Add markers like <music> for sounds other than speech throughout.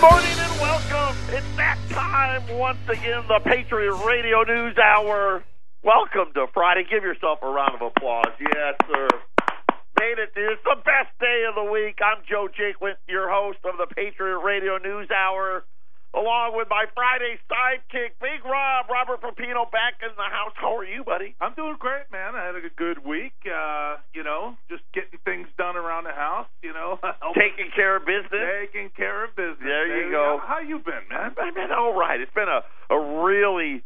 morning and welcome. It's that time once again, the Patriot Radio News Hour. Welcome to Friday. Give yourself a round of applause. Yes, sir. Made it. It's the best day of the week. I'm Joe Jaquin, your host of the Patriot Radio News Hour, along with my Friday sidekick, Big Rob, Robert Papino, back in the house. How are you, buddy? I'm doing great, man. I had a good week. Uh, you know, just getting things done around the house. You know, <laughs> Taking care of business. taking care of business. There you baby. go. How, how you been, man? I've been all right. It's been a, a really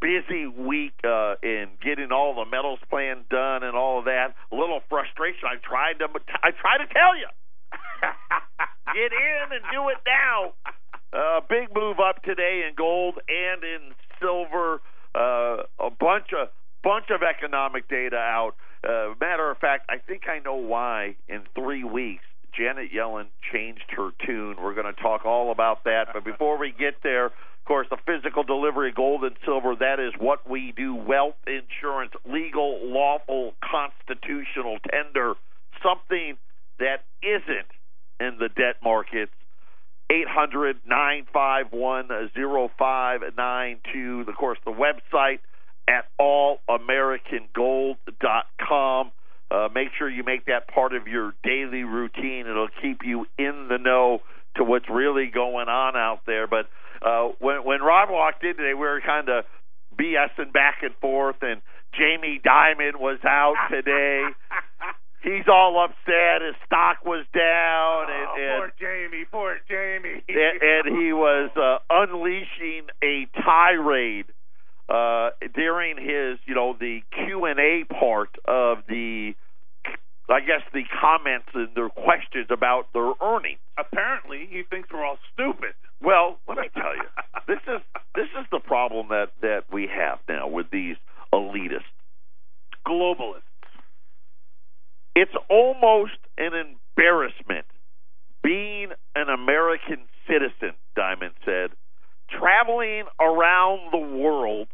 busy week uh, in getting all the medals plan done and all of that. A little frustration. I tried to I tried to tell you, <laughs> get in <laughs> and do it now. Uh, big move up today in gold and in silver. Uh, a bunch of bunch of economic data out. Uh, matter of fact, I think I know why. In three weeks, Janet Yellen changed her tune. We're going to talk all about that. But before we get there, of course, the physical delivery, gold and silver. That is what we do. Wealth insurance, legal, lawful, constitutional tender. Something that isn't in the debt markets. 800 951 0592. Of course, the website at allamericangold.com. Uh, make sure you make that part of your daily routine. It'll keep you in the know to what's really going on out there. But uh, when, when Rob walked in today, we were kind of BSing back and forth, and Jamie Dimon was out <laughs> today. He's all upset. His stock was down, and, Oh, and poor Jamie. Poor Jamie. <laughs> and, and he was uh, unleashing a tirade uh, during his, you know, the Q and A part of the, I guess, the comments and their questions about their earnings. Apparently, he thinks we're all stupid. Well, let me tell <laughs> you, this is this is the problem that that we have now with these elitists. Globalists. It's almost an embarrassment being an American citizen, Diamond said, traveling around the world,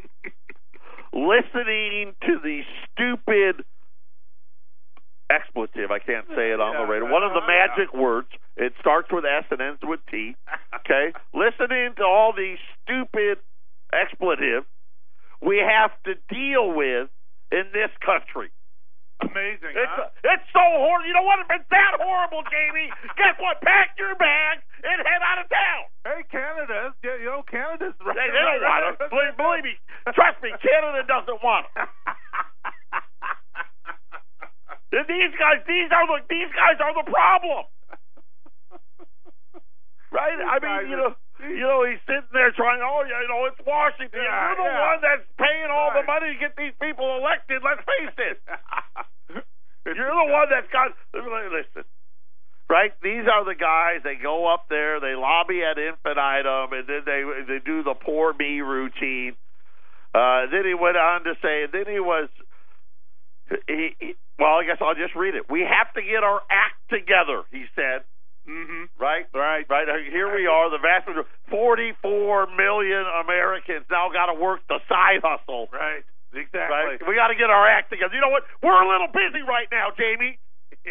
<laughs> listening to the stupid expletive. I can't say it on the Yeah, radio. One of the uh, magic words. It starts with S and ends with T. Okay? listening to all these stupid expletive we have to deal with in this country. Amazing. It's huh? it's so horrible. You know what? If it's that horrible, Jamie, guess what? Pack your bags and head out of town. hey, Canada's. You know, Canada's right. They, they don't want us. Believe, believe me. Trust me, Canada doesn't want us. <laughs> <laughs> These guys, these are the these guys are the problem, right? I mean, you know. You know, he's sitting there trying, oh, yeah, you know, it's Washington. Yeah, You're the yeah. one that's paying all the Right. money to get these people elected. Let's face <laughs> it. It's- You're the one that's got. Listen, right? These are the guys. They go up there, they lobby at infinitum, and then they they do the poor me routine. Uh, then he went on to say. Then he was. He, he, well, I guess I'll just read it. We have to get our act together, he said. Mm-hmm. Right, right, right. Uh, Here we are. The vast majority, forty-four million Americans now got to work the side hustle. Right, Right. Exactly. we got to get our act together. You know what? We're a little busy right now, Jamie.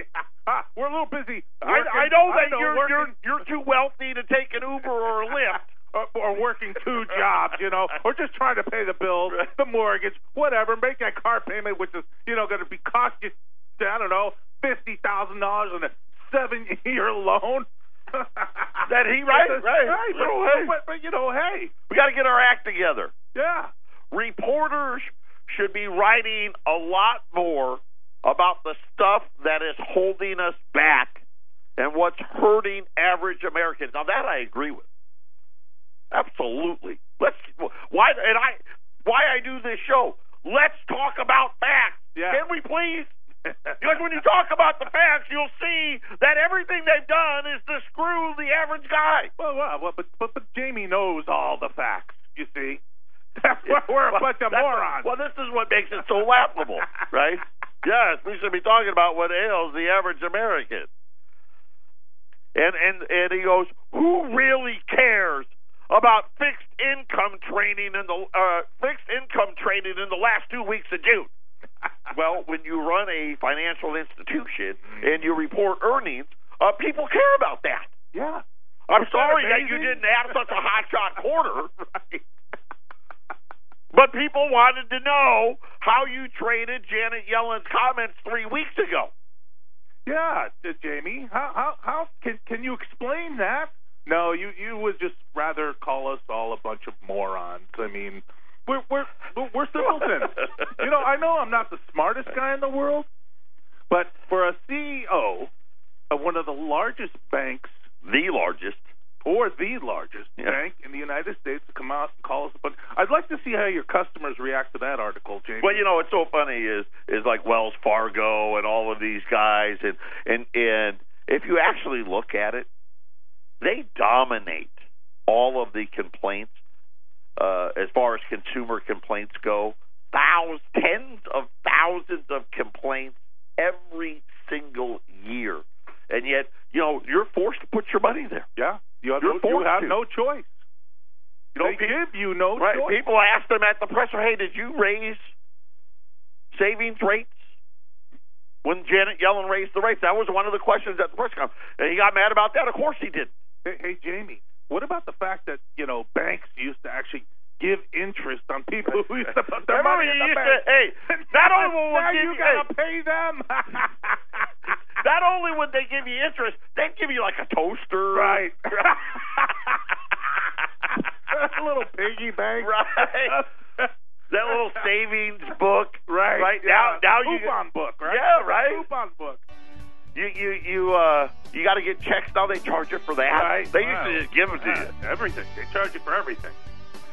<laughs> Ah, We're a little busy. working- I, I know that you're working- <laughs> you're you're too wealthy to take an Uber or a Lyft. or, or working <laughs> two jobs, you know, or just trying to pay the bills, the mortgage, whatever, make that car payment, which is, you know, going to be cost you, I don't know, fifty thousand dollars on a seven-year <laughs> loan. That he- <laughs> right, It's a- right. right. But, Little hey. but, but you know, hey, We got to get our act together. yeah, Reporters should be writing a lot more about the stuff that is holding us back and what's hurting average Americans. Now that I agree with. Absolutely. Let's why and I why I do this show. Let's talk about facts. Yeah. Can we please? Because when you talk about the facts, you'll see that everything they've done is to screw the average guy. well, well, well but, but but Jamie knows all the facts. You see, <laughs> we're, we're a bunch of That's- morons. Well, this is what makes it so laughable, <laughs> <laughs> right? Yes, we should be talking about what ails the average American. And and and he goes, who really cares about fixed income training in the uh, fixed income training in the last two weeks of June? Well, when you run a financial institution and you report earnings, uh, people care about that. yeah. I'm Isn't that sorry that you amazing? didn't have such a hot shot quarter, <laughs> Right. but people wanted to know how you traded Janet Yellen's comments three weeks ago. Yeah, uh, Jamie. How how how can can you explain that? No, you you would just rather call us all a bunch of morons. I mean, we're we're we're- we're simpletons. <laughs> you know, I know I'm not the smartest guy in the world, but for a CEO of one of the largest banks The largest. or the largest Yeah. bank in the United States to come out and call us a bunch, I'd like to see how your customers react to that article, Jamie. Well, you know, it's so funny is is like Wells Fargo and all of these guys and and and if you actually look at it, they dominate all of the complaints uh, as far as consumer complaints go. Thousands, tens of thousands of complaints every single year, and yet you know you're forced to put your money there. yeah, you have, You're no, you forced have to. no choice. You know, they pe- give you no right, choice. people ask them at the presser, "Hey, did you raise savings rates when Janet Yellen raised the rates?" That was one of the questions at the press conference, and he got mad about that. Of course, he <laughs> did. Hey, hey, Jamie, what about the fact that you know banks used to actually give interest on people who used to put their Remember, money in he the used bank? to, hey, <laughs> not only will now we give you you, gotta hey, pay them. <laughs> not only would they give you interest, they'd give you like a toaster, <laughs> right. a little piggy bank. <laughs> right? That little savings book, Right. Right, yeah. now- now you- coupon book, right? Yeah, right. Coupon book. you you you uh you got to get checks now. They charge you for that. Right. They Wow. used to just give them to you. Yeah, everything. They charge you for everything.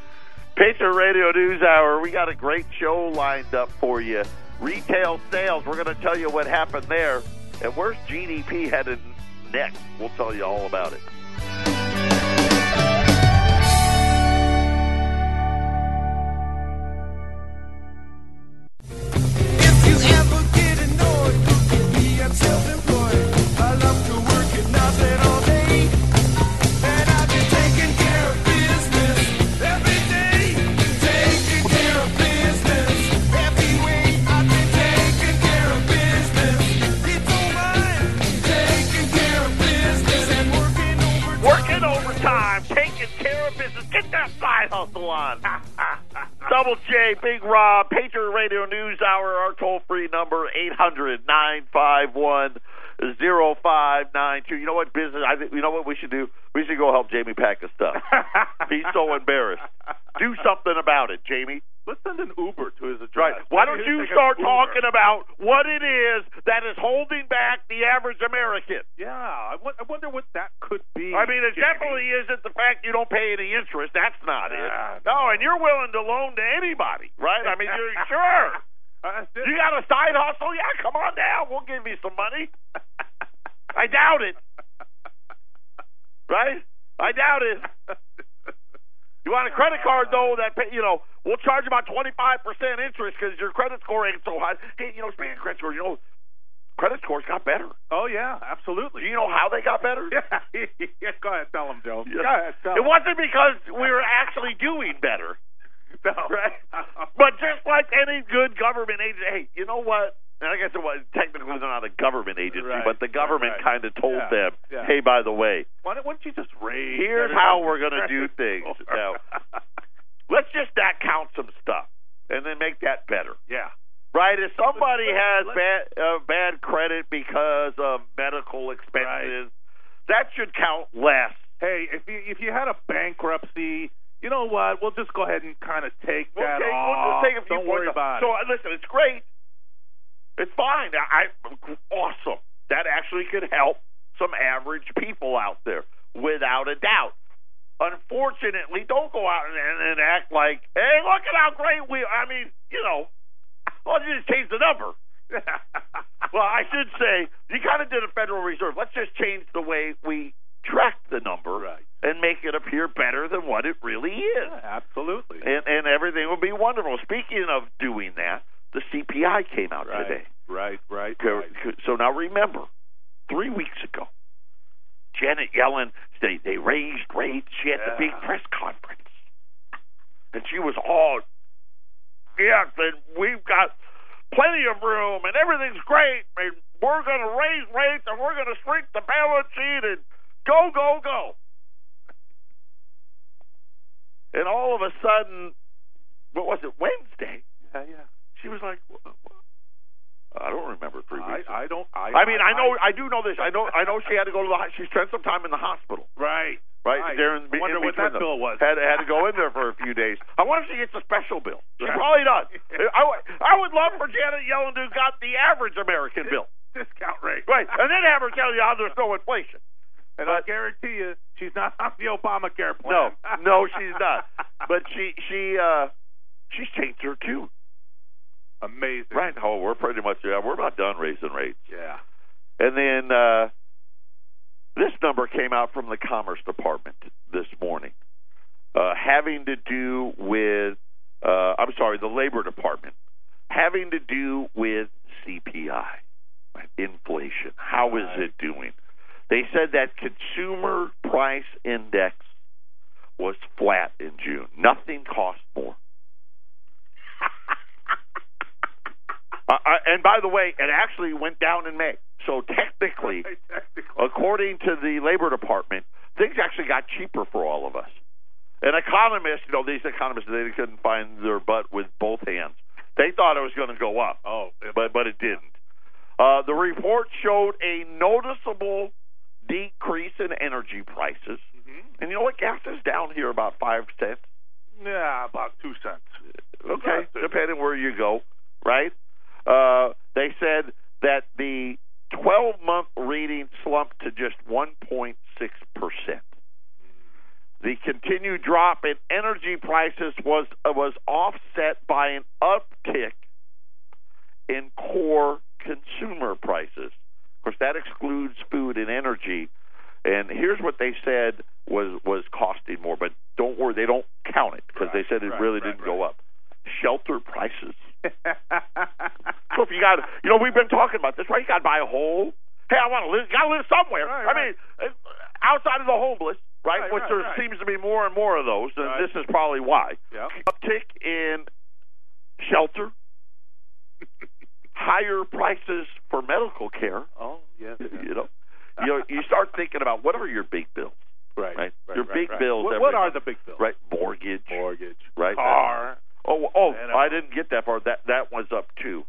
<laughs> Patriot Radio News Hour. We got a great show lined up for you. Retail sales. We're going to tell you what happened there, and where's GDP headed next? We'll tell you all about it. If you ever get annoyed, look at me, I'm self-employed. I love to work at nothing all day. And I've been taking care of business every day. Taking care of business every week. I've been taking care of business. It's all mine. Taking care of business and working over. Working overtime, taking care of business. Get that side hustle on. <laughs> Double J, Big Rob, Patriot Radio News Hour, our toll free number, 800 951 0592. You know what, business? I think, you know what we should do? We should go help Jamie pack his <laughs> stuff. He's so embarrassed. Do something about it, Jamie. <laughs> Let's send an Uber to his address. Right. Why don't you He'll take an start Uber. talking about what it is that is holding back the average American? Yeah, I won- I wonder what that could be. I mean, it Jamie. definitely isn't the fact you don't pay any interest. That's not it. Yeah. No, and you're willing to loan to anybody, right? I mean, <laughs> you're <laughs> sure. Uh, that's it. You got a side hustle? Yeah, come on down. We'll give you some money. <laughs> I doubt it. Right? I doubt it. You want a credit card though that pay, you know we'll charge about twenty five percent interest because your credit score ain't so high. Hey, you know speaking of credit score, you know credit scores got better. oh yeah, Do absolutely. you know how they got better? <laughs> Yeah. yeah, go ahead, tell him, Joe. Yeah. Go ahead, tell It him. wasn't because we were actually doing better, No. right? <laughs> But just like any good government agency, hey, you know what? And I guess it was technically they're not a government agency, Right, but the government right, right. kind of told Yeah, them, yeah. hey, by the way, why, don't, why don't you just raise? Here's everybody's how we're gonna do things. credit score? <laughs> Now- let's just not count some stuff and then make that better. yeah. Right? If somebody Let's- has let's- bad uh, bad credit because of medical expenses, that should count less. Hey, if you if you had a bankruptcy, you know what? We'll just go ahead and kind of take We'll that take- we'll off. just take a few don't worry points off. about So uh, listen, it's great. It's fine. I, I awesome. That actually could help some average people out there, without a doubt. Unfortunately, don't go out and, and, and act like, hey, look at how great we. I mean, you know, let's just change the number. it. <laughs> Well, I should say you kind of did a Federal Reserve. Let's just change the way we track the number Right. and make it appear better than what it really is, Yeah, absolutely. and and everything will be wonderful. Speaking of doing that, the CPI came out right. today. Right. Right. Co- right. co- So now remember, three weeks ago, Janet Yellen they they raised rates. She had the big Yeah. press conference, and she was all, "Yes, and we've got plenty of room, and everything's great, and we're going to raise rates, and we're going to shrink the balance sheet, and go go go." And all of a sudden, what was it? Wednesday. Yeah, yeah. She was like, "Wh- wh- I don't remember three weeks. I, I don't. I, I mean, I know, I do know this. I know, I know she had to go to the. ho- She spent some time in the hospital, right. right? Right. There in, I wonder in what between that them. bill was. Had had to go in there for a few days. I wonder if she gets a special bill. She Right. probably <laughs> does. I, would- I would love for Janet Yellen to have got the average American bill, <laughs> Discount rate. right? And then have her tell you how there's no inflation. And I But- guarantee you, she's not on the Obamacare No, plan. no, she's <laughs> not. But she, she, uh, she's changed her tune, amazing. right? Oh, we're pretty much yeah, we're about done raising rates. Yeah. And then uh, this number came out from the Commerce Department this morning, uh, having to do with, uh, I'm sorry, the Labor Department, having to do with CPI, right, inflation. How is Right. it doing? They said that consumer price index was flat in June. Nothing cost more. Uh, uh, and by the way, it actually went down in May. So technically, Right, technically. according to the Labor Department, things actually got cheaper for all of us. And economists, you know, these economists, they couldn't find their butt with both hands. They thought it was going to go up, Oh, but but it didn't. Uh, the report showed a noticeable decrease in energy prices, Mhm. and you know what? Gas is down here about five cents. yeah, about two cents. Okay, Right. depending where you go, right? Uh, they said that the 12 month reading slumped to just 1.6%. The continued drop in energy prices was uh, was offset by an uptick in core consumer prices. Of course, that excludes food and energy. And here's what they said was was costing more, but don't worry, they don't count it because they Right, said it right, really right, didn't go up. Shelter prices. <laughs> So so if you got, you know, we've been talking about this, right? You got to buy a home. Hey, I want to live. Got to live somewhere. Right, I mean, uh, outside of the homeless, right? Right, Which right, there right. seems to be more and more of those, and Right. this is probably why. yeah. Uptick in shelter, higher prices for medical care. Oh, yes. yes. <laughs> You know, you know, you start thinking about what are your big bills, <laughs> right, right? right, Your right, big right. bills What, every what are month. the big bills? right? Mortgage, Mortgage, right? car. Oh, oh, And, uh, I didn't get that far. That that was up too.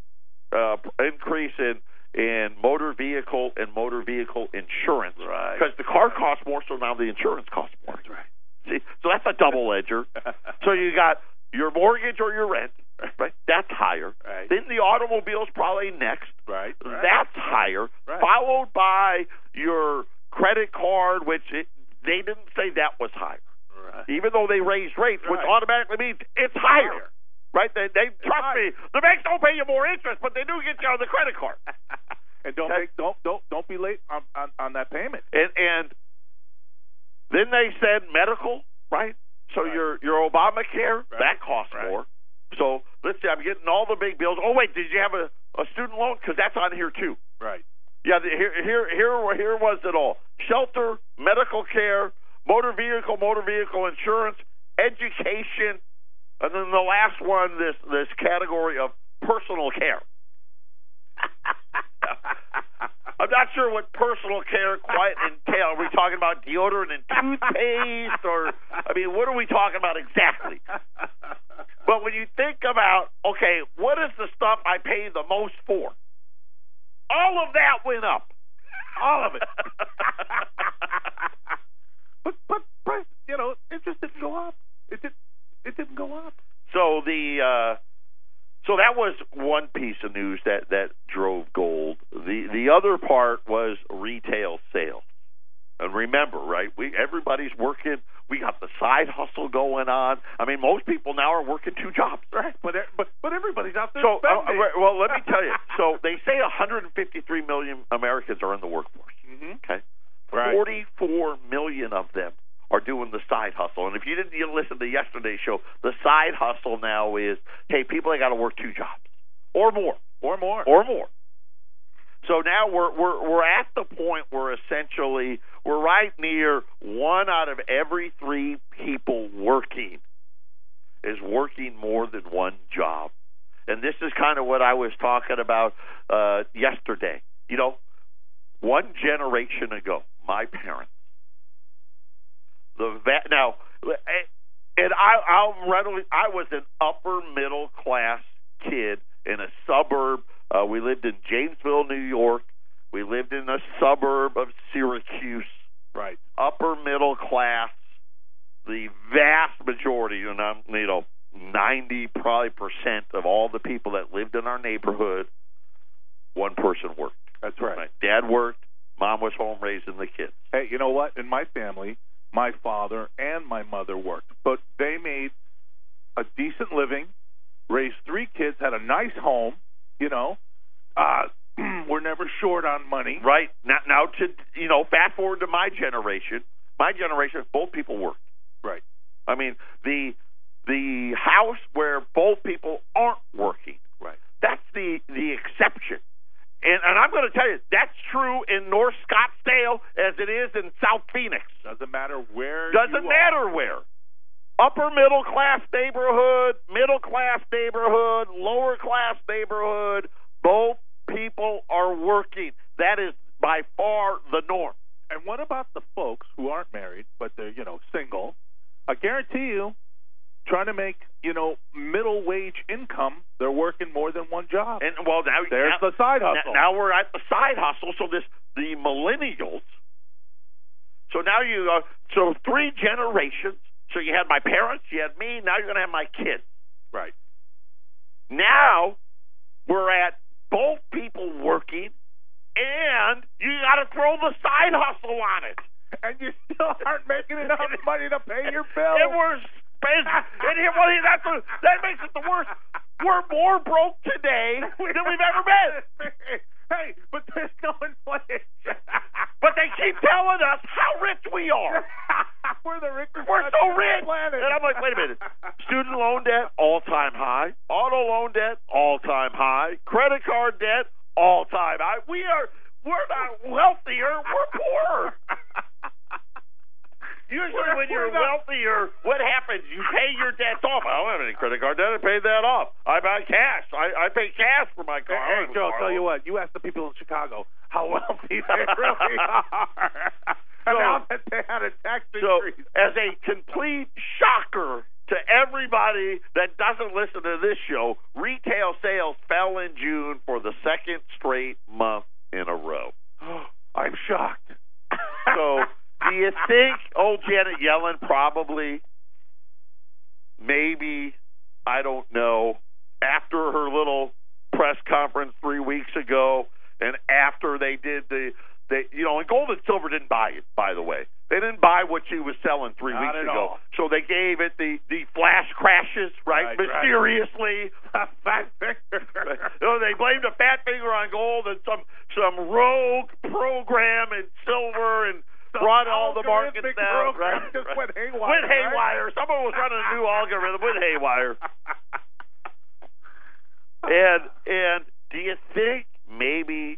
Uh, p- increase in in motor vehicle and motor vehicle insurance Right. because the car costs more, so now the insurance costs more. That's <laughs> right. See, so that's a double edger. so you got your mortgage or your rent, right? That's higher. right. Then the automobile's probably next. right. Right. That's higher, Right. followed by your credit card, which it, they didn't say that was higher Right. even though they raise rates, which Right. automatically means it's higher. Right? They, they trust higher. me. The banks don't pay you more interest, but they do get you on the credit card. And don't That- make, don't don't don't be late on on, on that payment. And and then they said medical, right? So Right. your your Obamacare Right. that costs Right. more. So let's see, I'm getting all the big bills. Oh wait, did you have a, a student loan? Because that's on here too. <laughs> Right. Yeah, the, here, here, here, here was it all: shelter, medical care, motor vehicle, motor vehicle insurance, education, and then the last one, this this category of personal care. I'm not sure what personal care quite entail. Are we talking about deodorant and toothpaste, or I mean, what are we talking about exactly? But when you think about, okay, what is the stuff I pay the most for? All of that went up. All of it. <laughs> but but price, you know, interest didn't go up. It did. It didn't go up. so the uh, so that was one piece of news that that drove gold. The the other part was retail sales. And remember, right? We everybody's working. We got the side hustle going on. I mean, most people now are working two jobs. Right. But e- but but everybody's out there So, uh, spending. right, well, let me tell you. So they say 153 million Americans are in the workforce. Mhm. Okay, Right. 44 million of them are doing the side hustle. And if you didn't you listen to yesterday's show, the side hustle now is hey, people they got to work two jobs or more or more. or more. So now we're we're we're at the point where essentially we're right near one out of every three people working is working more than one job, and this is kind of what I was talking about uh, yesterday. You know, one generation ago, my parents, the va- now and I, I'll readily. I was an upper middle class kid in a suburb. Uh, we lived in Janesville, New York. We lived in a suburb of Syracuse. Right. Upper middle class. The vast majority, you know, you know, ninety probably percent of all the people that lived in our neighborhood, one person worked. That's right. My dad worked. Mom was home raising the kids. Hey, you know what? In my family, my father and my mother worked, but they made a decent living, raised three kids, had a nice home. You know, uh, <clears throat> we're never short on money. Right now, now to you know, fast forward to my generation. My generation, both people worked. Right. I mean, the the house where both people aren't working. Right. That's the the exception. And and I'm going to tell you, that's true in North Scottsdale as it is in South Phoenix. Doesn't matter where. you Doesn't are. matter where. Upper middle class neighborhood, middle class neighborhood, lower class neighborhood, both people are working. That is by far the norm. And what about the folks who aren't married but they're you know single? I guarantee you, trying to make you know middle wage income, they're working more than one job. And well, now There's now, the side hustle. Now, now we're at the side hustle. So this the millennials. So now you uh, so three generations. So you had my parents, you had me. Now you're going to have my kids. right. Now we're at both people working, and you got to throw the side hustle on it. And you still aren't making <laughs> enough money to pay your And bills. we're spend- and here, well, that's the- that makes it the worst. We're more broke today than we've ever been. <laughs> Hey, but there's no inflation. <laughs> But they <laughs> keep telling us how rich we are. we're the richest. We're country so on the rich. planet. And I'm like, wait a <laughs> minute. Student loan debt, all time high. Auto loan debt, all time high. Credit card debt, all time high. We are we're not wealthier, we're poorer. Usually We're- when you're we're not- wealthier, what happens? You pay your debts off. I don't have any credit card debt, I paid that off. I buy cash. I, I pay cash for my car. Hey, hey, Joe, I'll tell you what. You ask the people in Chicago how wealthy <laughs> they really are. and now that they had a tax So, increase. as a complete shocker to everybody that doesn't listen to this show, retail sales fell in June for the second straight month in a row. <gasps> I'm <laughs> shocked. So, do you think old Janet Yellen probably, maybe, I don't know, after her little press conference three weeks ago, and after they did the, they, you know, and gold and silver didn't buy it, by the way. They didn't buy what she was selling three Not weeks at ago. all. So they gave it the, the flash crashes, right? Right, right. Mysteriously. <laughs> Fat finger. Oh, they blamed a fat finger on gold and some some rogue program in silver and brought all the markets algorithmic down. <laughs> program right, just right. went haywire, Went right? <laughs> haywire. Someone was running a new algorithm. Went haywire. And and do you think maybe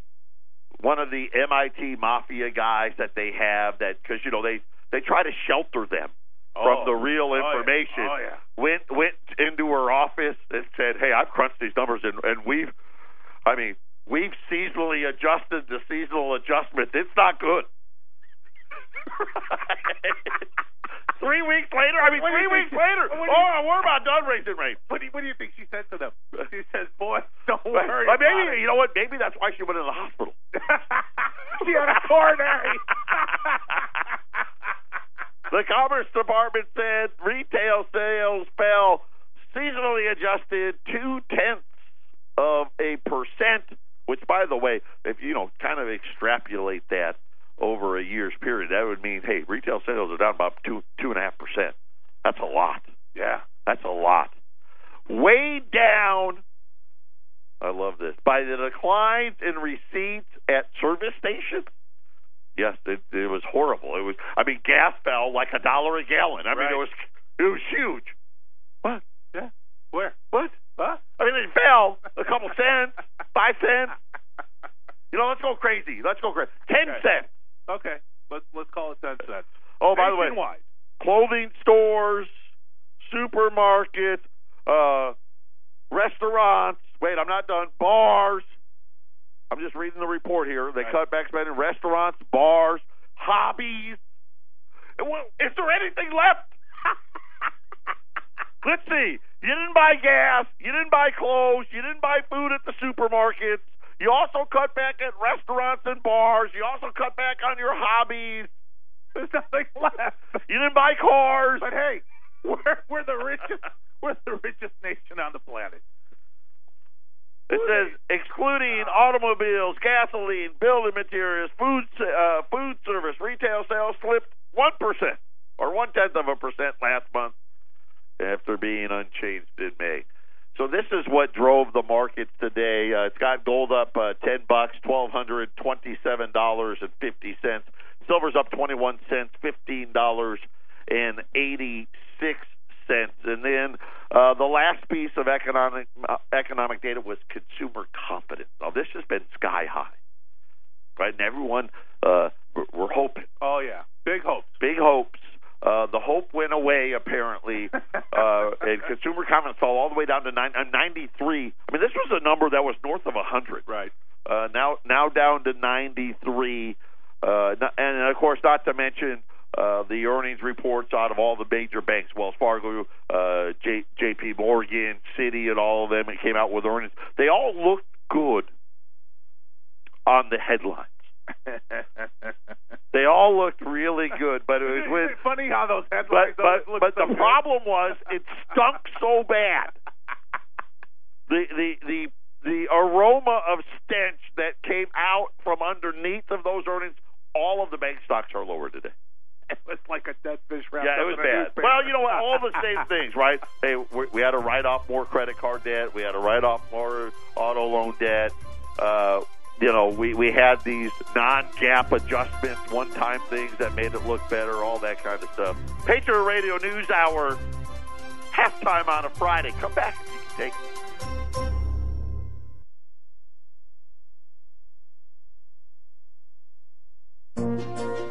one of the MIT mafia guys that they have that because you know they they try to shelter them from Oh. the real yeah. information Oh, yeah. <laughs> went went into her office and said, "Hey, I've crunched these numbers and and we've, I mean, we've seasonally adjusted the seasonal adjustment. It's not good." <laughs> three weeks later, I mean, What do three you think weeks she- later. what do you- Oh, we're about done raising rates. What do, you, what do you think she said to them? She says, "Boy, don't But worry." but about maybe <laughs> it." you know what? Maybe that's why she went to the hospital. <laughs> she had a <laughs> coronary. The Commerce Department said retail sales fell seasonally adjusted two tenths of a percent, which, by the way, if you know, kind of extrapolate that over a year's period, that would mean, hey, retail sales are down about two two and a half percent. That's a lot. yeah. That's a lot. Way down. I love this. By the declines in receipts at service stations. Yes, it, it was horrible. It was. I mean, gas fell like a dollar a gallon. I mean, Right. it was it was huge. What? Yeah. Where? What? Huh? <laughs> I mean, it fell a couple cents, five cents. You know, let's go crazy. Let's go crazy. Ten Okay. cents. Okay. Let's let's call it ten cents. Oh, by the way, Nationwide. clothing stores, supermarkets, uh, restaurants. Wait, I'm not done. Bars. I'm just reading the report here. They Right. cut back spending. Restaurants, bars, hobbies. And what- Is there anything left? <laughs> Let's see. You didn't buy gas. You didn't buy clothes. You didn't buy food at the supermarkets. You also cut back at restaurants and bars. You also cut back on your hobbies. There's nothing left. You didn't buy cars. But hey, we're we're the richest we're the richest nation on the planet. It says excluding automobiles, gasoline, building materials, food uh, food service, retail sales slipped one percent or one tenth of a percent last month after being unchanged in May. So this is what drove the markets today. Uh, it's got gold up uh, ten bucks, twelve hundred twenty-seven dollars and fifty cents. Silver's up twenty-one cents, fifteen dollars and eighty-six cents. And then uh, the last piece of economic uh, economic data was consumer confidence. Now this has been sky high, right? And everyone uh, we're- we're hoping Oh yeah, big <laughs> hopes. big hopes. Uh, the hope went away apparently, uh, and <laughs> consumer confidence fell all the way down to nine, uh, 93. I mean, this was a number that was north of 100. <laughs> Right. Uh, now, now down to 93, uh, n- and of course, not to mention uh, the earnings reports out of all the major banks, Wells Fargo, uh, J- J.P. Morgan, Citi, and all of them. It came out with earnings. They all looked good on the headlines. They all looked really good, but it was with funny how those headlines but but, always look but so the good. problem was it stunk so bad. The the the the aroma of stench that came out from underneath of those earnings. All of the bank stocks are lower today. <laughs> it was like a dead fish wrapped Yeah, up it was in a bad. newspaper. Well, you know what? All <laughs> the same <laughs> things, right? Hey, we, we had to write off more credit card debt. We had to write off more auto loan debt. Uh, you know, we, we had these non-GAAP adjustments, one-time things that made it look better, all that kind of stuff. Patriot Radio News Hour, halftime on a Friday. Come back if you can take it.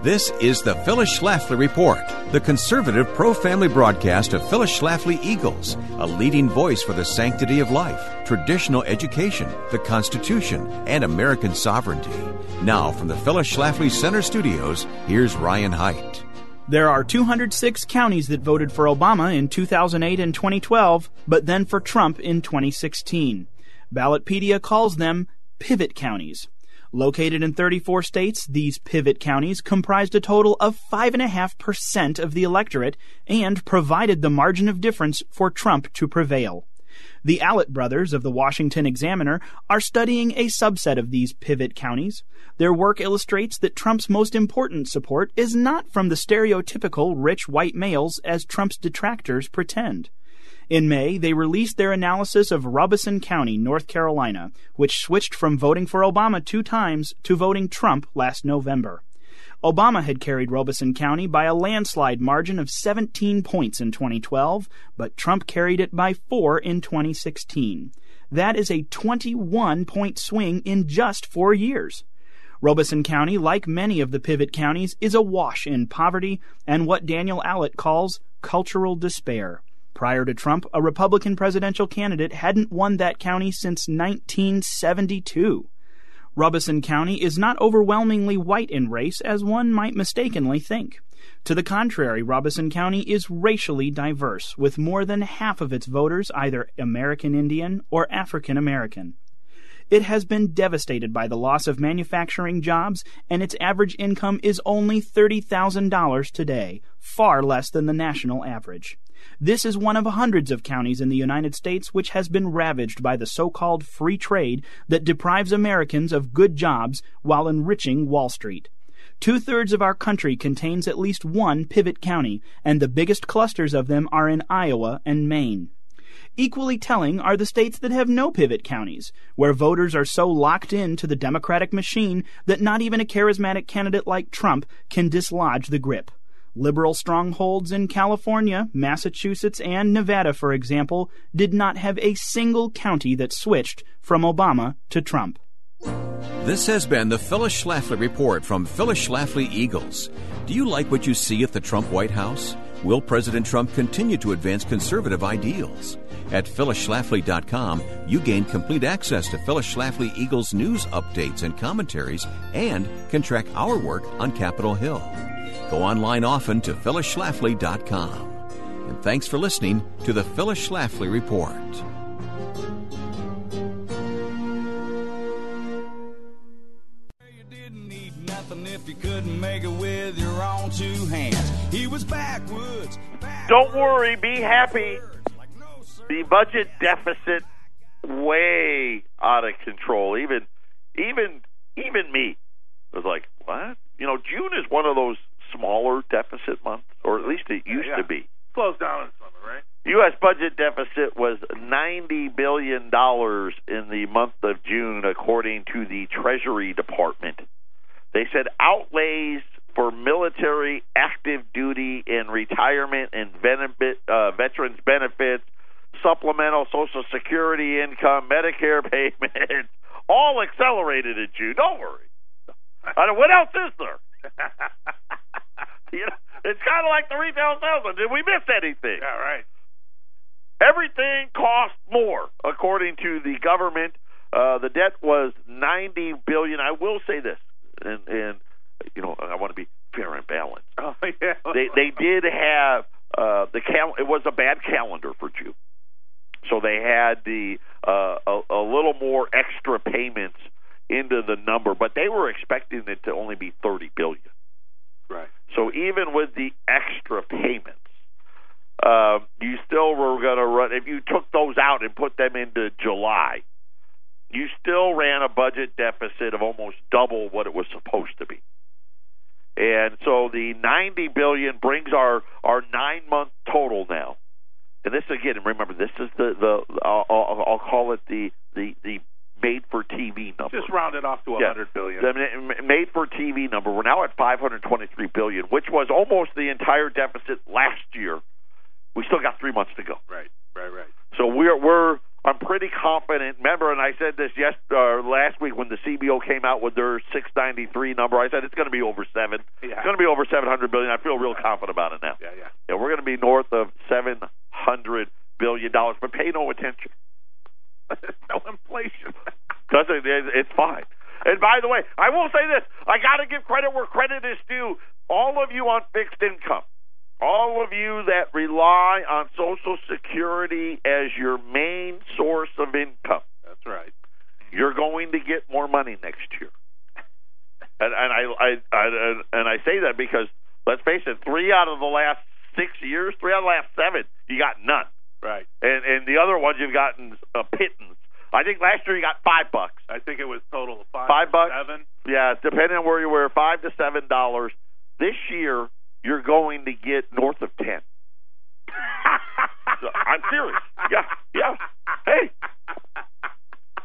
This is the Phyllis Schlafly Report, the conservative pro family broadcast of Phyllis Schlafly Eagles, a leading voice for the sanctity of life, traditional education, the Constitution, and American sovereignty. Now, from the Phyllis Schlafly Center Studios, here's Ryan Haidt. There are 206 counties that voted for Obama in 2008 and 2012, but then for Trump in 2016. Ballotpedia calls them pivot counties. Located in 34 states, these pivot counties comprised a total of 5.5% of the electorate and provided the margin of difference for Trump to prevail. The Allott brothers of the Washington Examiner are studying a subset of these pivot counties. Their work illustrates that Trump's most important support is not from the stereotypical rich white males as Trump's detractors pretend. In May, they released their analysis of Robeson County, North Carolina, which switched from voting for Obama two times to voting Trump last November. Obama had carried Robeson County by a landslide margin of 17 points in 2012, but Trump carried it by four in 2016. That is a 21 point swing in just four years. Robeson County, like many of the pivot counties, is awash in poverty and what Daniel Allett calls cultural despair. Prior to Trump, a Republican presidential candidate hadn't won that county since 1972. Robeson County is not overwhelmingly white in race, as one might mistakenly think. To the contrary, Robeson County is racially diverse, with more than half of its voters either American Indian or African American. It has been devastated by the loss of manufacturing jobs, and its average income is only $30,000 today, far less than the national average. This is one of hundreds of counties in the United States which has been ravaged by the so called free trade that deprives Americans of good jobs while enriching Wall Street. Two thirds of our country contains at least one pivot county, and the biggest clusters of them are in Iowa and Maine. Equally telling are the states that have no pivot counties, where voters are so locked in to the Democratic machine that not even a charismatic candidate like Trump can dislodge the grip. Liberal strongholds in California, Massachusetts, and Nevada, for example, did not have a single county that switched from Obama to Trump. This has been the Phyllis Schlafly Report from Phyllis Schlafly Eagles. Do you like what you see at the Trump White House? Will President Trump continue to advance conservative ideals? At phyllisschlafly.com, you gain complete access to Phyllis Schlafly Eagles news updates and commentaries and can track our work on Capitol Hill. Go online often to phyllisschlafly.com. And Thanks for listening to the Phyllis Schlafly Report. You didn't need nothing if you couldn't make it with your own two hands. He was backwards. Don't worry, be happy. Like, no, sir. The budget deficit way out of control. Even even even me was like, What? You know, June is one of those smaller deficit months, or at least it used Yeah. to be. Slows down in summer, right? U.S. budget deficit was $90 billion in the month of June, according to the Treasury Department. They said outlays for military, active duty, and retirement and benefit, uh, veterans benefits, supplemental Social Security income, Medicare <laughs> payments, all accelerated in June. Don't worry. I don't, what else is there? <laughs> you know, it's kind of like the retail salesman. Did we miss anything? Yeah, right. Everything costs more, according to the government. Uh, the debt was ninety billion. I will say this, and, and you know, I want to be fair and balanced. <laughs> Oh yeah. They they did have uh, the cal. It was a bad calendar for June, so they had the uh, a, a little more extra payments into the number, but they were expecting it to only be thirty billion. right. So even with the extra payments, uh, you still were going to run. If you took those out and put them into July, you still ran a budget deficit of almost double what it was supposed to be. And so the 90 billion brings our our nine month total now. And this again, remember, this is the the I'll, I'll I'll call it the the the made for TV number. Just round it off to a Yeah. hundred billion. The m- made for TV number. We're now at 523 billion, which was almost the entire deficit last year. We still got three months to go, Right, right, right. so we're we're. I'm pretty confident. Remember, and I said this yes uh, last week when the CBO came out with their 693 number. I said it's going to be over seven. Yeah. It's going to be over 700 billion. I feel real confident about it now. Yeah, yeah. And we're going to be north of 700 billion dollars. But pay no attention. <laughs> no inflation. Doesn't it, it's fine. And by the way, I will say this: I got to give credit where credit is due. All of you on fixed income, all of you that rely on Social Security as your main source of income, That's right. you're going to get more money next year. <laughs> And, and I, I, I and I say that because let's face it: three out of the last six years, three out of the last seven, you got none, Right. and and the other ones you've gotten a pittance. I think last year you got five bucks. I think it was total of five, Five or bucks? seven. Yeah, depending on where you were, five to seven dollars. This year, you're going to get north of ten. So, I'm serious. Yeah, yeah. Hey,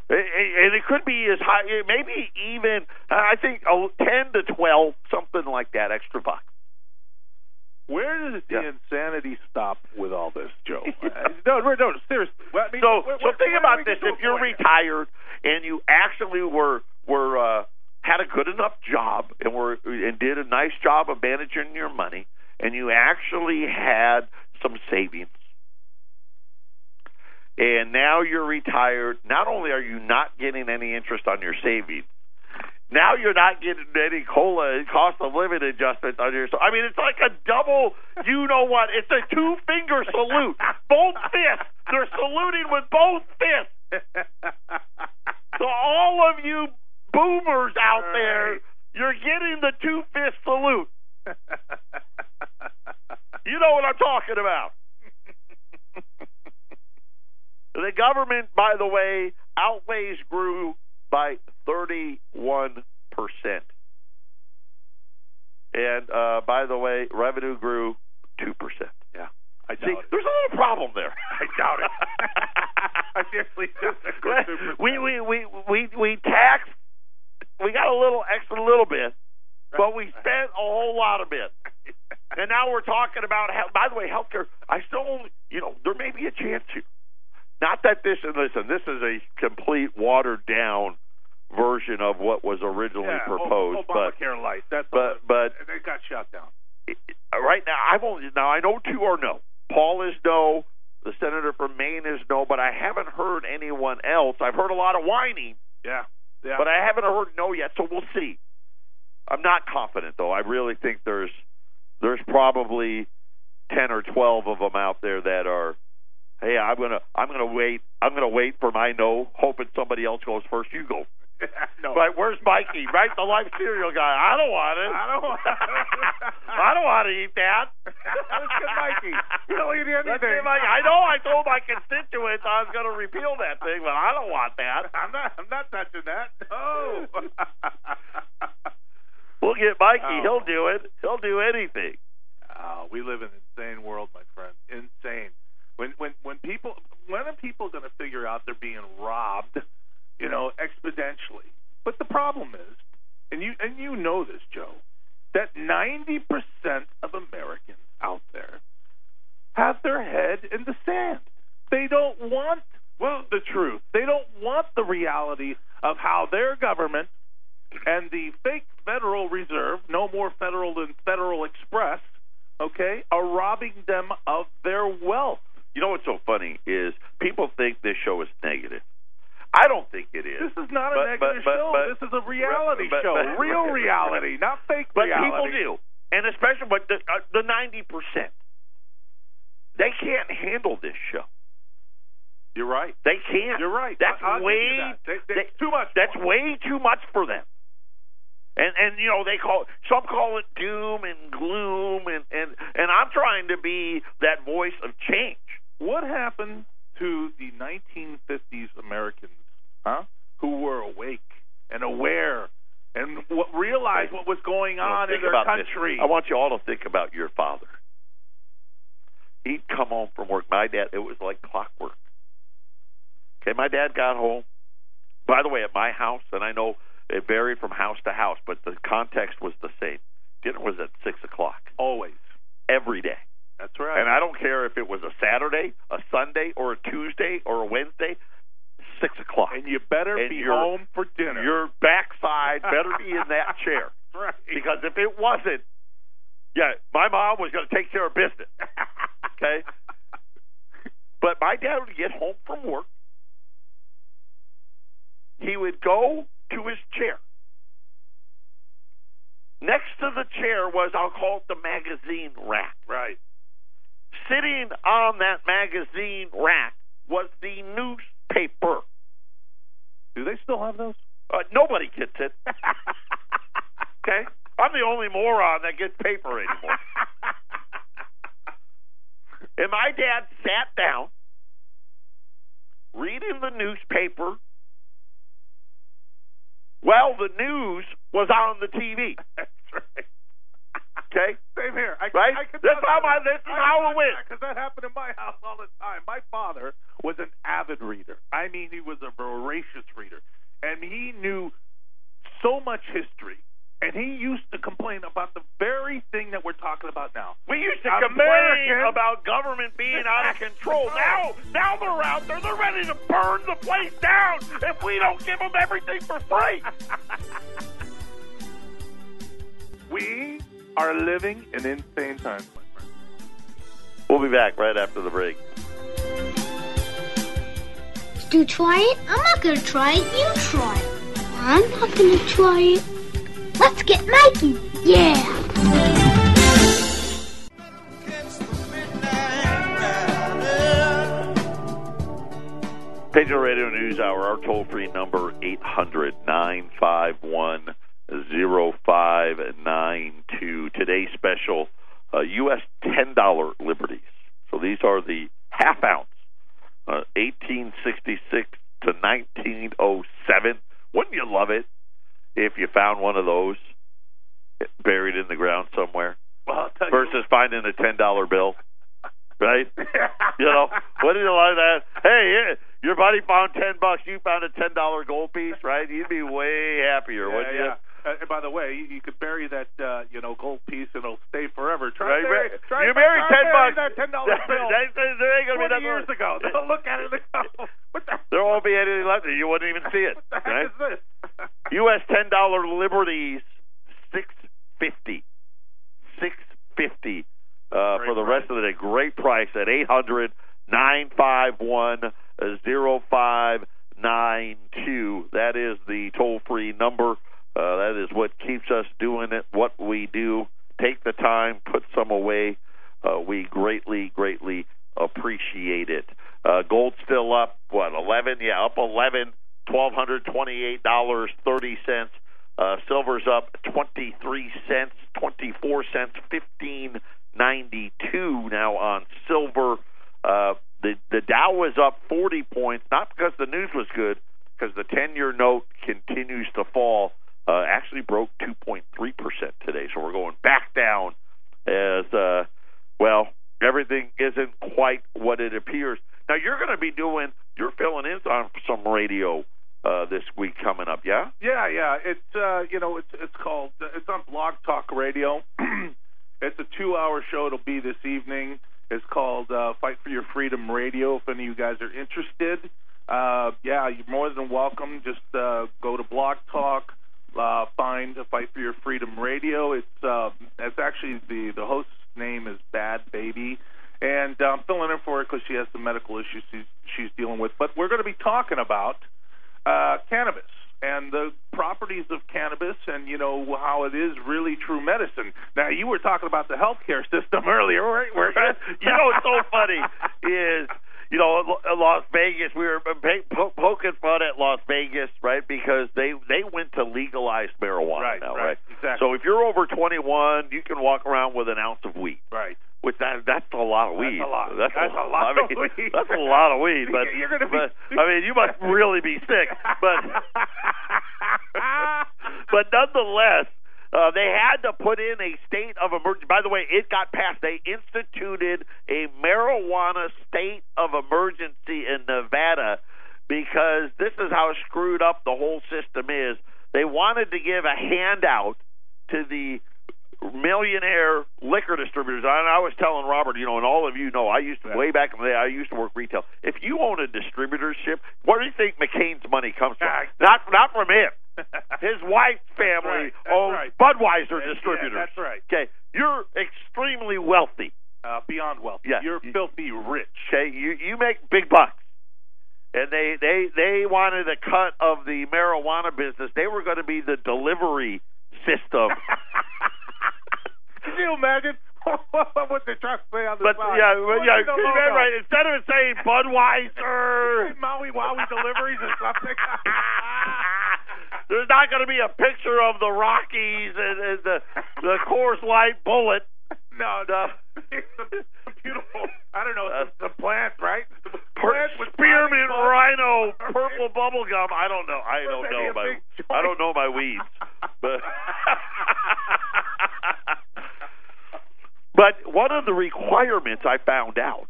A- a- and it could be as high, eh, maybe even I think oh, ten to twelve, something like that, extra bucks. Where does Yeah. the insanity stop with all this, <laughs> Joe? Uh, no, no, no, seriously. Well, I mean, So, where- so where- think where about do we this: get to if a you're point? retired and you actually were were uh, had a good enough job and were and did a nice job of managing your money, and you actually had some savings, and now you're retired. Not only are you not getting any interest on your savings. Now you're not getting any cola and cost of living adjustments on your. So I mean, it's like a double. You know what? It's a two finger salute. Both fists. They're saluting with both fists. So all of you boomers out there, you're getting the two fist salute. You know what I'm talking about. the government, by the way, outlays grew by 31%. And uh, by the way, revenue grew 2%. yeah, I See, doubt it. there's a little problem there. I <laughs> doubt it. I <laughs> seriously doubt it. we, we, we, we, we tax, we got a little extra little bit, but we spent a whole lot of it. <laughs> And now we're talking about, health. by the way, healthcare. I still, only- you know, there may be a chance here. Not that this, and listen, this is a complete watered down version of what was originally yeah, proposed. Ob- but Obamacare light. That's but but all. it got shot down. right now I've only now I know two are no. Paul is no. The senator from Maine is no. But I haven't heard anyone else. I've heard a lot of whining, Yeah, yeah. but I haven't heard no yet. So we'll see. I'm not confident though. I really think there's there's probably ten or twelve of them out there that are, hey, I'm gonna I'm gonna wait I'm gonna wait for my no, hoping somebody else goes first. You go. <laughs> no. <laughs> Right, where's Mikey? Right, the live cereal guy. I don't want it. I don't want it. <laughs> I don't want to eat that. Let's get Mikey. He'll eat anything. Let's get Mikey. I know I told my constituents I was going to repeal that thing, but I don't want that. <laughs> I'm not. I'm not touching that. <laughs> <laughs> Oh. We'll get Mikey. Oh. He'll do it. He'll do anything. oh, we live in an insane world, my friend. Insane. When when when people when are people going to figure out they're being robbed? You know, exponentially. But the problem is, and you and you know this, Joe, that 90% of Americans out there have their head in the sand. They don't want well the truth. They don't want the reality of how their government and the fake Federal Reserve, no more federal than Federal Express, okay, are robbing them of their wealth. You know what's so funny is people think this show is negative. I don't think it is. This is not a But- but- negative but- show. but- this is a reality but- show, but- real reality, not fake But reality. people do, and especially but the uh, the ninety percent, they can't handle this show. You're right. They can't. You're right. That's I- I'll give you way that. They- they- that- too much. That's way too much for them. And and you know they call some call it doom and gloom and and and I'm trying to be that voice of change. what happened to the 1950s Americans, huh? Who were awake and aware and what, realized what was going You know, on in think their about this. country? I want you all to think about your father. He'd come home from work. My dad, it was like clockwork. Okay, my dad got home. By the way, at my house, and I know it varied from house to house, but the context was the same. Dinner was at six o'clock Always. every day. That's right. And I don't care if it was a Saturday, a Sunday, or a Tuesday, or a Wednesday, six o'clock. And you better And be you're- home for dinner. Your backside better be in that chair. That's right. Because if it wasn't, yeah, my mom was going to take care of business. <laughs> Okay? But my dad would get home from work. He would go to his chair. Next to the chair was, I'll call it the magazine rack. right. Sitting on that magazine rack was the newspaper. Do they still have those? Uh, nobody gets <laughs> it. okay? I'm the only moron that gets paper anymore. and my dad sat down reading the newspaper while the news was on the TV. <laughs> That's right. Okay? Same here. I, Right? I can That's how my- this is how it went. Because that happened in my house all the time. My father was an avid reader. I mean, he was a voracious reader, and he knew so much history. And he used to complain about the very thing that we're talking about now. We used to American. complain about government being out of control. Now, now they're out there. They're ready to burn the place down if we don't give them everything for free. We are living in insane times, my <laughs> friend. We'll be back right after the break. to try it? I'm not gonna try it. You try it. I'm not gonna try it. Let's get Mikey. Yeah. Patriot Radio News Hour, our toll free number 800 951 0592. Today's special uh, U.S. $10 liberties. So these are the half ounce, uh, 1866 to 1907. Wouldn't you love it if you found one of those buried in the ground somewhere Well, I'll tell versus finding a $10 bill? Right? You know, what do you like that? Hey, yeah, your buddy found ten bucks. You found a ten dollar gold piece, right? You'd be way happier, wouldn't yeah, you? yeah. Uh, and by the way, you, you could bury that uh, you know gold piece and it'll stay forever. Right, Try to bury, right. try you to buried try ten to bury bucks. That <laughs> ten dollar bill. That- that- there ain't gonna be Twenty nothing years left. <laughs> ago, they'll look at it. <laughs> And go, what the? There won't be anything left. You wouldn't even <laughs> see it. <laughs> What the heck right? is this? <laughs> U.S. ten dollar liberties, six fifty, six fifty uh, Great for the price. rest of the day. Great price at eight hundred nine five one zero five nine two. That is the toll free number. Uh, that is what keeps us doing it. What we do. Take the time, put some away. Uh, we greatly, greatly appreciate it. Uh, gold's still up, what, 11? Yeah, up 11, $1,228.30. Uh, silver's up 23 cents, 24 cents, 15.92 now on silver. Uh, the the Dow was up 40 points, not because the news was good, because the 10-year note continues to fall. Uh, actually broke 2.3% today, so we're going back down as uh, well. Everything isn't quite what it appears. Now you're going to be doing you're filling in on some radio uh, this week coming up, yeah? Yeah, yeah. It's uh, you know, it's it's called it's on Blog Talk Radio. <clears throat> it's a two-hour show. It'll be this evening. It's called uh, Fight for Your Freedom Radio. If any of you guys are interested, uh, yeah, you're more than welcome. Just uh, go to Blog Talk, uh, find Fight for Your Freedom Radio. It's uh, it's actually the the host's name is Bad Baby. And uh, I'm filling in for her because she has some medical issues she's, she's dealing with. But we're going to be talking about uh, cannabis and the properties of cannabis and you know how it is really true medicine. Now you were talking about the healthcare <laughs> system earlier, right? Where <laughs> <laughs> you know what's so funny is you know L- Las Vegas. We were uh, pa- po- poking fun at Las Vegas, right? Because they they went to legalized marijuana Right, now, right, right? exactly. So if you're over 21, you can walk around with an ounce of weed. right. Which that that's a lot of That's weed. a lot. That's, That's a, a I lot mean, of weed. That's a lot of <laughs> weed. But You're gonna be- but, I mean, you must really be sick. <laughs> But <laughs> but nonetheless, uh, they had to put in a state of emergency. By the way, it got passed. They instituted a marijuana state of emergency in Nevada because this is how screwed up the whole system is. They wanted to give a handout to the millionaire liquor distributors. And I was telling Robert, you know, and all of you know, I used to, way back in the day, I used to work retail. If you own a distributorship, where do you think McCain's money comes from? Ah. Not, not from <laughs> him. His wife's family right, that's owns right. Budweiser Yeah, distributors. that's right. Okay, you're extremely wealthy. uh, beyond wealth. Yeah. You're <laughs> filthy rich. Okay, you you make big bucks, and they they they wanted a cut of the marijuana business. They were going to be the delivery system. <laughs> Can you imagine <laughs> what they trying to say on the But side? yeah, but, What's yeah. the Remember, logo? instead of it saying <laughs> Budweiser, Maui Wowie deliveries or something. <laughs> <laughs> there's not going to be a picture of the Rockies and, and the the Coors Light bullet. no, no. It's a <laughs> beautiful. I don't know. It's a plant, right? Plant with Spearmint body- <laughs> Rhino purple bubble gum. I don't know. I don't Maybe know a my big joint. I don't know my weeds. But <laughs> But one of the requirements I found out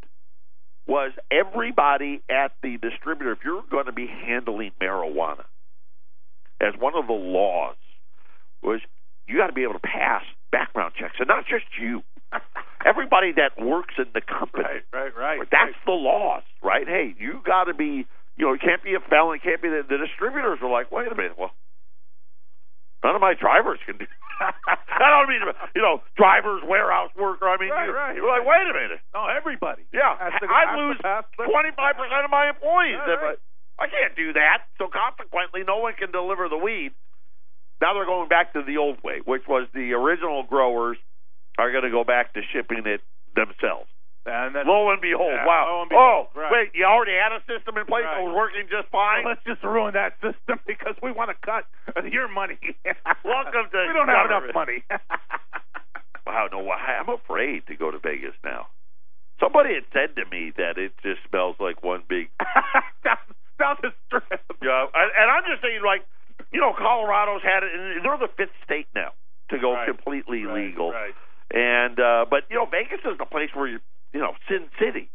was everybody at the distributor, if you're going to be handling marijuana, as one of the laws was you got to be able to pass background checks, and not just <laughs> you. Everybody that works in the company. Right, right, right. But that's the laws, right? Hey, you got to be, you know, it can't be a felon. It can't be the, the distributors are like, wait a minute, well, none of my drivers can do. <laughs> I don't mean, you know, drivers, warehouse worker. I mean, Right, you, right, you're like, right. wait a minute, No, everybody. yeah, Has to- I has to lose pass the- twenty five percent of my employees. Yeah, if I- right. I can't do that. So consequently, no one can deliver the weed. Now they're going back to the old way, which was the original growers are going to go back to shipping it themselves. And then, Lo and behold, Yeah, wow. lo and behold, oh, right. wait, you already had a system in place that Right. was working just fine? <laughs> let's just ruin that system <laughs> because we want to cut <laughs> your money. Welcome to we don't have government. enough money. <laughs> wow, no, why- I'm afraid to go to Vegas now. Somebody had said to me that it just smells like one big. down, down the strip. Yeah, and, and I'm just saying, like, you know, Colorado's had it, and they're the fifth state now to go Right, completely Right, legal. Right. And uh but you know, Vegas is the place where you you know, Sin City.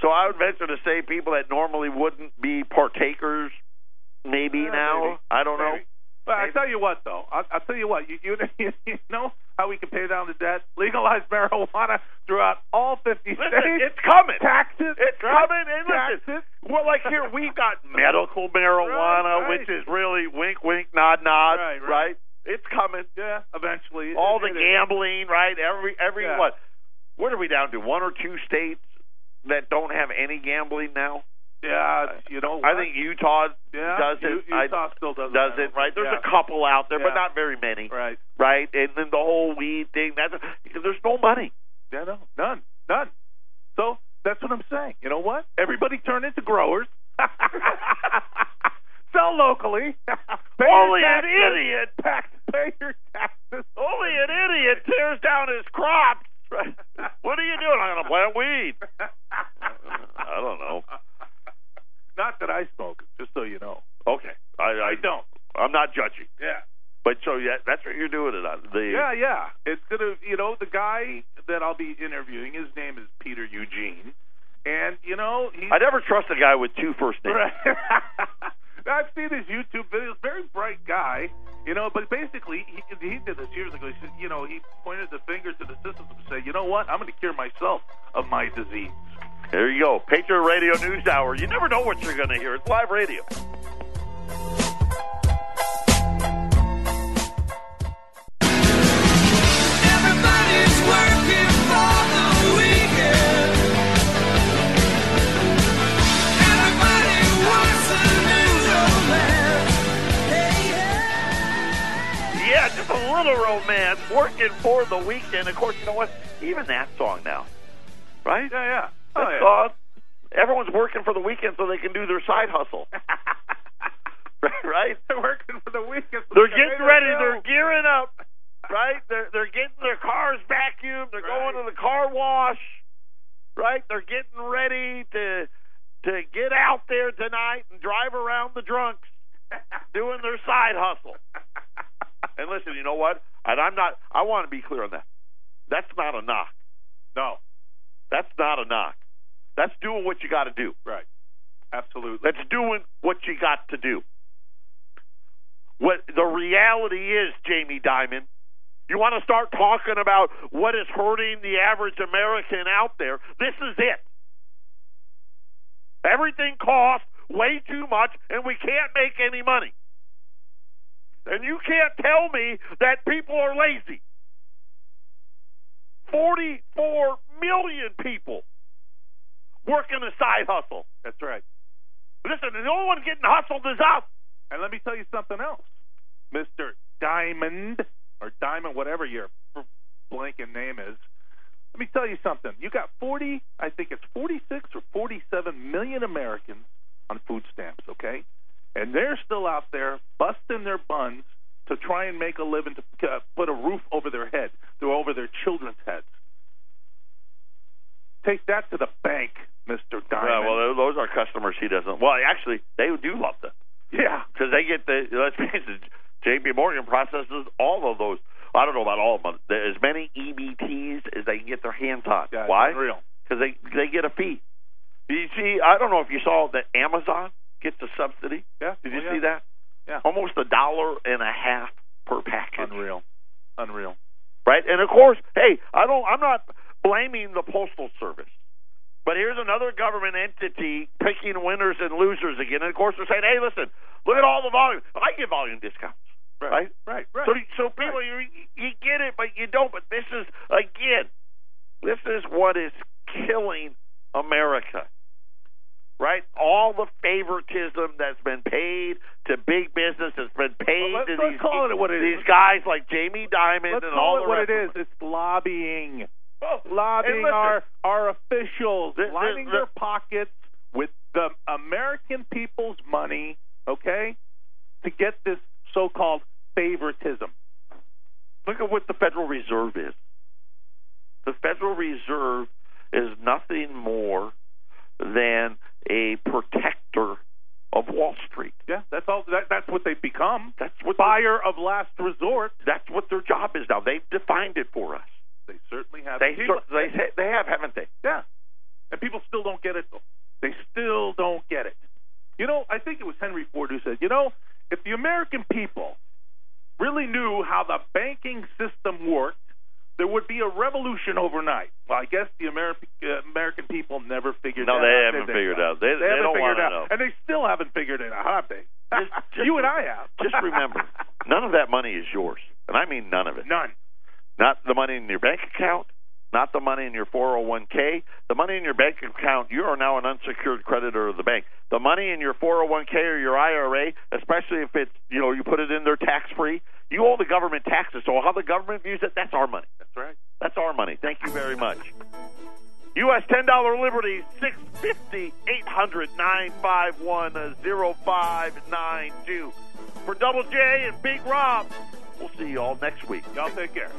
So I would venture to say people that normally wouldn't be partakers maybe Yeah, now. maybe. I don't know. Maybe. Well, I Maybe. tell you what, though, I, I'll tell you what. You, <laughs> you, you know how we can pay down the debt? Legalize marijuana throughout all fifty Listen, states. it's coming. Taxes. It's coming and listen. Taxes. Well like here we've <laughs> got medical marijuana, Right, right. which is really wink wink nod nod. Right, right. It's coming. Yeah, eventually. All the It- it- gambling, right? Every every Yeah. what? What are we down to? One or two states that don't have any gambling now? Yeah, it's- you know. I what? think Utah Yeah, does it. U- I- Utah still doesn't. does it have right. There's yeah. a couple out there, but Yeah. not very many, Right. right? And then the whole weed thing. That's because there's no money. Yeah, no, none, none. So that's what I'm saying. You know what? Everybody turn into growers. <laughs> Sell locally. <laughs> Pay your Only an taxes. idiot. Tax, pay your taxes. <laughs> Only an idiot tears down his crops. <laughs> what are you doing? I'm going to plant weed. I don't know. Not that I smoke, just so you know. Okay, I, I don't. I'm not judging. Yeah. But so yeah, that's what you're doing it on. The, Yeah, yeah. It's gonna, you know, the guy that I'll be interviewing, his name is Peter Eugene, and you know, he's I never trust a guy with two first names. I've seen his YouTube videos. Very bright guy, you know. But basically, he, he did this years ago. He said, you know, he pointed the finger to the system and said, you know what? I'm going to cure <laughs> myself of my disease. There you go. Patriot Radio News Hour. You never know what you're going to hear. It's live radio. Everybody's working for the weekend. Everybody wants a new romance. Hey, hey. Yeah, just a little romance, working for the weekend. Of course, you know what? Even that song now, right? Yeah, yeah. That Oh, yeah. song. Everyone's working for the weekend so they can do their side hustle. <laughs> right? They're working for the weekend. They're getting ready. They're They're gearing up. Right? They're they're getting their cars vacuumed. They're Right. going to the car wash. Right? They're getting ready to to get out there tonight and drive around the drunks, <laughs> doing their side hustle. <laughs> And listen, you know what? And I'm not. I want to be clear on that. That's not a knock. no, That's not a knock. That's doing what you got to do. right. Absolutely. That's doing what you got to do. What the reality is, Jamie Dimon, you want to start talking about what is hurting the average American out there. This is it. Everything costs way too much, and we can't make any money. And you can't tell me that people are lazy. 44 million people working a side hustle. That's right. Listen, the only one getting hustled is us. And let me tell you something else, Mister Diamond or Diamond, whatever your f- blanking name is. Let me tell you something. You got forty, I think it's forty-six or forty-seven million Americans on food stamps, okay? And they're still out there busting their buns to try and make a living to uh, put a roof over their head, to over their children's heads. Take that to the bank, Mister Yeah, Diamond. well, tho- those are customers he doesn't. Well, actually, they do love them yeah. because they get the. Let's <laughs> face it, J.P. Morgan processes all of those. I don't know about all of them. but As many EBTs as they can get their hands on. yeah, it's Why? Unreal. Because they they get a fee. You see, I don't know if you saw that Amazon gets a subsidy. Yeah. Did you Oh, yeah. see that? Yeah. Almost a dollar and a half per package. Unreal. Unreal. right? And of course, hey, I don't. I'm not blaming the postal service, but here's another government entity picking winners and losers again. And of course, they're saying, hey, listen, look at all the volume. I give volume discounts, right? Right, right. So, so people, you you get it, but you don't. But this is again, this is what is killing America. Right, all the favoritism that's been paid to big business, that's been paid Well, to let's- these, let's call it what it is. these guys like Jamie Dimon Let's and all call the it what rest it of is. them. It's lobbying. Well, and Lobbying listen, our, our officials, Th- th- lining th- their pockets with the American people's money, okay, to get this so called favoritism. Look at what the Federal Reserve is. The Federal Reserve is nothing more than a protector of Wall Street. Yeah, that's all. That, that's what they've become. That's what Buyer of last resort. that's what their job is now. They've defined it for us. They certainly have. They people, they they have, haven't they? Yeah. And people still don't get it, though. They still don't get it. You know, I think it was Henry Ford who said, you know, if the American people really knew how the banking system worked, there would be a revolution overnight. Well, I guess the American uh, American people never figured No, that they out. haven't did figured out. They- they haven't don't figured wanna out. know. And they still haven't figured it out, have they? <laughs> Just- just- you and I have. Just remember, none of that money is yours, and I mean none of it. <laughs> None. Not the money in your bank account, not the money in your 401k. The money in your bank account, you are now an unsecured creditor of the bank. The money in your 401k or your IRA, especially if it's, you know, you put it in there tax free, you owe the government taxes. So how the government views it, that's our money. That's right. That's our money. Thank you very much. U.S. ten dollar Liberty six fifty eight hundred nine five one zero five nine two for Double J and Big Rob. We'll see you all next week. Y'all take care.